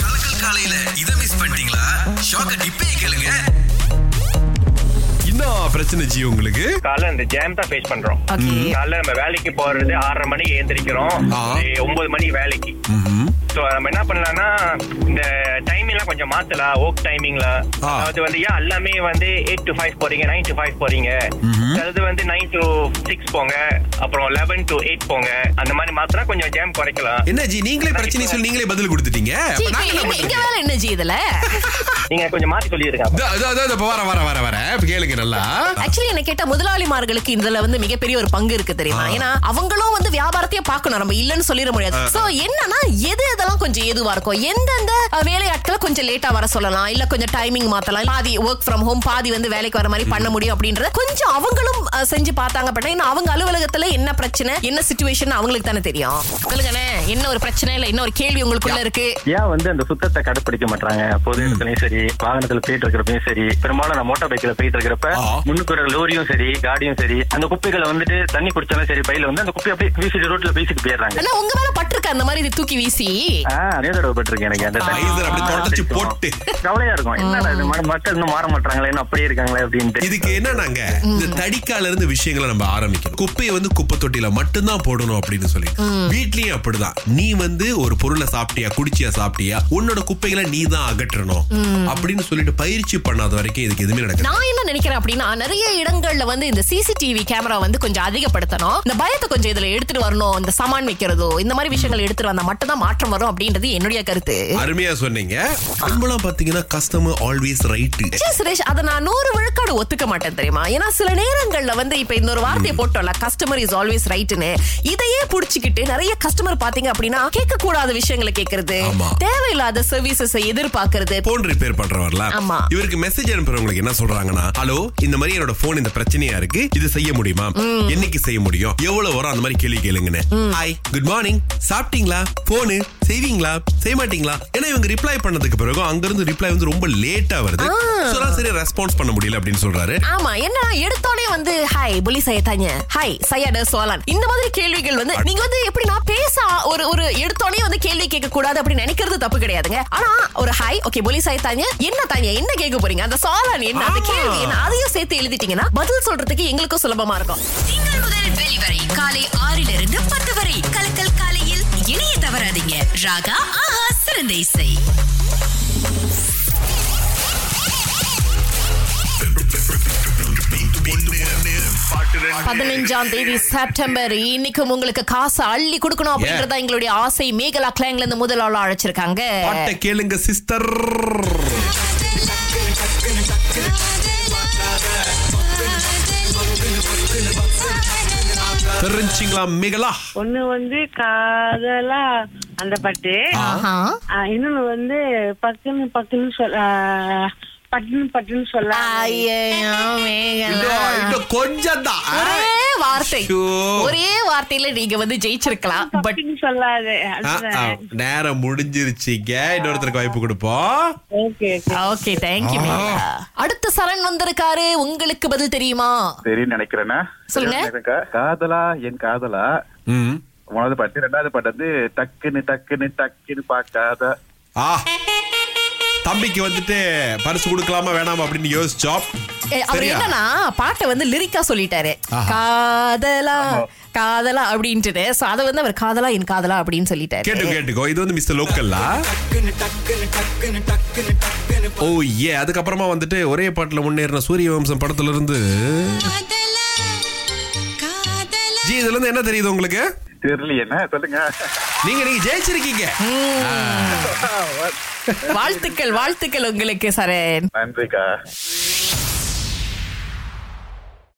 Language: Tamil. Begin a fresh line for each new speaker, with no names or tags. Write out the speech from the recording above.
காலையில இத மிஸ் பண்ணிட்டீங்களா ஷாக்க டிப்பே கேளுங்க
என்ன பிரச்சனை ஜி உங்களுக்கு
காலைல இந்த ஜாம் தான் ஃபேஸ் பண்றோம்
ஓகே
காலைல நம்ம வேலைக்கு போறது ஆறரை மணி ஏந்திரிக்கிறோம்
ஆ.
ஒரு ஒன்பது மணி வேலைக்கு
ம்ஹும்.
சோ நம்ம என்ன பண்ணலாம்னா இந்த டைமிங் எல்லாம் கொஞ்சம் மாத்தலாம் ஒர்க் டைமிங்ல
ஆ.
அதாவது வந்து ஏன் எல்லாமே வந்து எயிட் டு ஃபைவ் போறீங்க நைன் டு ஃபைவ் போறீங்க அதாவது வந்து நைன் டு சிக்ஸ் போங்க அப்புறம் லெவன் டு எயிட் போங்க அந்த மாதிரி மாத்தினா கொஞ்சம் ஜாம் குறைக்கலாம்
என்ன ஜி நீங்களே பிரச்சனை சொல்லி நீங்களே பதில் கொடுத்துட்டீங்க
ஜி,
அப்ப
இப்ப
நாங்க என்ன
எங்க- எங்க
பண்றது?
வேலை என்ன ஜி இதுல
நீங்க கொஞ்சம் மாத்தி சொல்லியிருக்காங்க
இதோ, இதோ, இதோ, இதோ, இப்ப வர வர வர வர இப்ப கேளுங்க நல்லா
ஆக்சுவலி என்ன கேட்டா முதலாளிமார்களுக்கு இதுல வந்து மிகப்பெரிய ஒரு பங்கு இருக்கு தெரியுமா ஏன்னா அவங்களும் வந்து வியாபாரத்தையே பார்க்கணும் நம்ம இல்லன்னு சொல்லிட முடியாது சோ என்னன்னா எது இதெல்லாம் கொஞ்சம் ஏதுவா இருக்கும் எந்தெந்த அஹ், வேலையாட்களை கொஞ்சம் லேட்டா வர சொல்லலாம் இல்ல கொஞ்சம் டைமிங் மாத்தலாம் பாதி ஒர்க் ஃப்ரம் ஹோம் பாதி வந்து வேலைக்கு வர மாதிரி பண்ண முடியும் அப்படின்றத கொஞ்சம் அவங்களும் அஹ், செஞ்சு பார்த்தாங்க பட் ஏன்னா அவங்க அலுவலகத்துல என்ன பிரச்சனை என்ன சுச்சுவேஷன் அவங்களுக்கு தானே தெரியும் சொல்லுங்கண்ணே என்ன ஒரு பிரச்சனை இல்ல என்ன ஒரு கேள்வி உங்களுக்குள்ள இருக்கு
ஏன் வந்து அந்த சுத்தத்தை கடைப்பிடிக்க மாட்டாங்க பொது இடத்துலயும் சரி வாகனத்துல போயிட்டு இருக்கிறப்பையும் சரி பெரும்பாலும் நான் மோட்டார் பைக்ல போயிட்டு இருக்கிறப்ப
ஆ.
முன்னுக்கு வர லோரியும் சரி காடியும் சரி அந்த குப்பைகளை வந்துட்டு தண்ணி குடிச்சாலும் சரி பையில வந்து அந்த குப்பையை அப்படியே வீசிட்டு ரோட்ல வீசிட்டு போயிடுறாங்க
ஆனா உங்க மேல பட்டிருக்க அந்த மாதிரி இது தூக்கி வீசி
ஆ, நிறைய தடவை பட்டிருக்கேன் எனக்கு அந்த தண்ணி.
இதுல அப்படியே தொடச்சு போட்டு.
கவலையா இருக்கும் என்னடா இது மாதிரி மக்கள் இன்னும் மாற மாட்டாங்களே இன்னும் அப்படியே இருக்காங்களே அப்படின்ட்டு
இதுக்கு என்னன்னாங்க இந்த தடிக்கால இருந்து விஷயங்களை நம்ம ஆரம்பிக்கணும் குப்பையை வந்து குப்பை தொட்டியில மட்டும்தான் போடணும் அப்படின்னு சொல்லி வீட்லயும் அப்படிதான் நீ வந்து ஒரு பொருளை சாப்பிட்டியா குடிச்சியா சாப்பிட்டியா உன்னோட குப்பைகளை நீ தான் அகற்றணும் அப்படின்னு சொல்லிட்டு பயிற்சி பண்ணாத வரைக்கும் இதுக்கு எதுவுமே நடக்காது
நான் என்ன நினைக்கிறேன் அப்படின்னா நிறைய இடங்கள்ல வந்து இந்த சிசிடிவி கேமரா வந்து கொஞ்சம் அதிகப்படுத்தணும் இந்த பயத்தை கொஞ்சம் இதுல எடுத்துட்டு வரணும் இந்த சமான் வைக்கிறதோ இந்த மாதிரி விஷயங்கள் எடுத்துட்டு வந்தா மட்டும் தான் மாற்றம் வரும் அப்படின்றது என்னுடைய கருத்து
அருமையா சொன்னீங்க நம்மளாம் பாத்தீங்கன்னா customer always right
say, Suresh அதை நான் நூறு விழுக்காடு ஒத்துக்க மாட்டேன் தெரியுமா ஏன்னா சில நேரங்கள்ல வந்து இப்ப இந்த ஒரு வார்த்தையை போட்டோம்ல கஸ்டமர் இஸ் ஆல்வேஸ் ரைட்னு இதையே புடிச்சுக்கிட்டு நிறைய கஸ்டமர் பாத்தீங்க அப்படின்னா கேட்க கூடாத விஷயங்களை கேக்குறது
ஆமா.
தேவையில்லாத சர்வீசஸ் எதிர்பார்க்கறது
போன் ரிப்பேர் பண்றவர்ல
ஆமா.
இவருக்கு மெசேஜ் அனுப்புறவங்களுக்கு என்ன சொல்றாங்கன்னா ஹலோ இந்த மாதிரி என்னோட போன் இந்த பிரச்சனையா இருக்கு இது செய்ய முடியுமா என்னைக்கு செய்ய முடியும் எவ்வளவு வரும் அந்த மாதிரி கேள்வி கேளுங்கன்னு ஹாய் குட் மார்னிங் சாப்பிட்டீங்களா போனு செய்வீங்களா செய்ய மாட்டீங்களா ஏன்னா இவங்க ரிப்ளை பண்ணதுக்கு பிறகு அங்க இருந்து ரிப்ளை வந்து ரொம்ப லேட்டா வருது So, நான் சரி ரெஸ்பான்ஸ் பண்ண முடியல அப்படின்னு சொல்றாரு
ஆமா என்ன எடுத்தோடனே வந்து ஹாய் புலி சையதாங்க ஹாய் சையட சோலான் இந்த மாதிரி கேள்விகள் வந்து நீங்க வந்து எப்படி நான் பேச ஒரு ஒரு எடுத்தோடனே வந்து கேள்வி கேட்க கூடாது அப்படி நினைக்கிறது தப்பு கிடையாதுங்க ஆனா ஒரு ஹாய் ஓகே புலி சையதாங்க என்ன தாங்க என்ன கேட்க போறீங்க அந்த சோலான் என்ன அந்த
ஆமா.
கேள்வி என்ன அதையும் சேர்த்து எழுதிட்டீங்கன்னா பதில் சொல்றதுக்கு எங்களுக்கும் சுலபமா இருக்கும்
திங்கள் முதல் வெளிவரை காலை ஆறிலிருந்து பத்து வரை கலக்கல் காலையில் இணைய தவறாதீங்க ராகா ஆஹா சிறந்த இசை
பதினஞ்சாம் தேதி செப்டம்பர் இன்னைக்கும் உங்களுக்கு காசு அள்ளி கொடுக்கணும் அப்படின்றதா எங்களுடைய ஆசை மேகலா கிளாங்ல இருந்து முதலாளா அழைச்சிருக்காங்க
பாட்டை கேளுங்க சிஸ்டர் தெரிஞ்சிங்களா மிகலா
ஒண்ணு வந்து காதலா அந்த பாட்டு
ஆஹா
ஆ, இன்னொன்னு வந்து பக்குன்னு பக்குன்னு சொல்ல ஆ, பட்டுன்னு பட்டுன்னு சொல்ல
ஐயையோ, மேகலா.
கொஞ்சம் தான்
ஒரே வார்த்தை
ஷோ.
ஒரே வார்த்தையில நீங்க வந்து ஜெயிச்சிருக்கலாம் பட்
பட்டுன்னு சொல்லாது
ஆ, ஆ, நேரம் முடிஞ்சிருச்சுங்க இன்னொருத்தருக்கு வாய்ப்பு கொடுப்போம்
ஓகே
ஓகே தேங்க்யூ அடுத்த சரண் வந்திருக்காரு உங்களுக்கு பதில் தெரியுமா
சரின்னு நினைக்கிறேன்னா
சொல்லுங்க.
கா- காதலா என் காதலா
ம்.
முதலாவது பாட்டு ரெண்டாவது பாட்டு வந்து டக்குன்னு டக்குன்னு டக்குன்னு பார்க்காத
ஆ தம்பிக்கு வந்துட்டு பரிசு கொடுக்கலாமா வேணாமா அப்படின்னு யோசிச்சோம்
ஏ, அவர்
சரியா?
என்னன்னா பாட்டை வந்து லிரிக்கா சொல்லிட்டாரு
ஆஹா.
காதலா காதலா அப்படின்ட்டு சோ அதை வந்து அவர் காதலா என் காதலா அப்படின்னு
கேட்டு
சொல்லிட்டாரு
கேட்டுக்கோ இது வந்து மிஸ்டர் லோக்கல்லா ஓ ஏ அதுக்கப்புறமா வந்துட்டு ஒரே பாட்டுல முன்னேறின சூரிய வம்சம் படத்துல இருந்து ஜி இதுல இருந்து என்ன தெரியுது உங்களுக்கு
தெரியல என்ன சொல்லுங்க
நீங்க நீங்க ஜெயிச்சிருக்கீங்க
வாழ்த்துக்கள் வாழ்த்துக்கள் உங்களுக்கு சரண்
நன்றிக்கா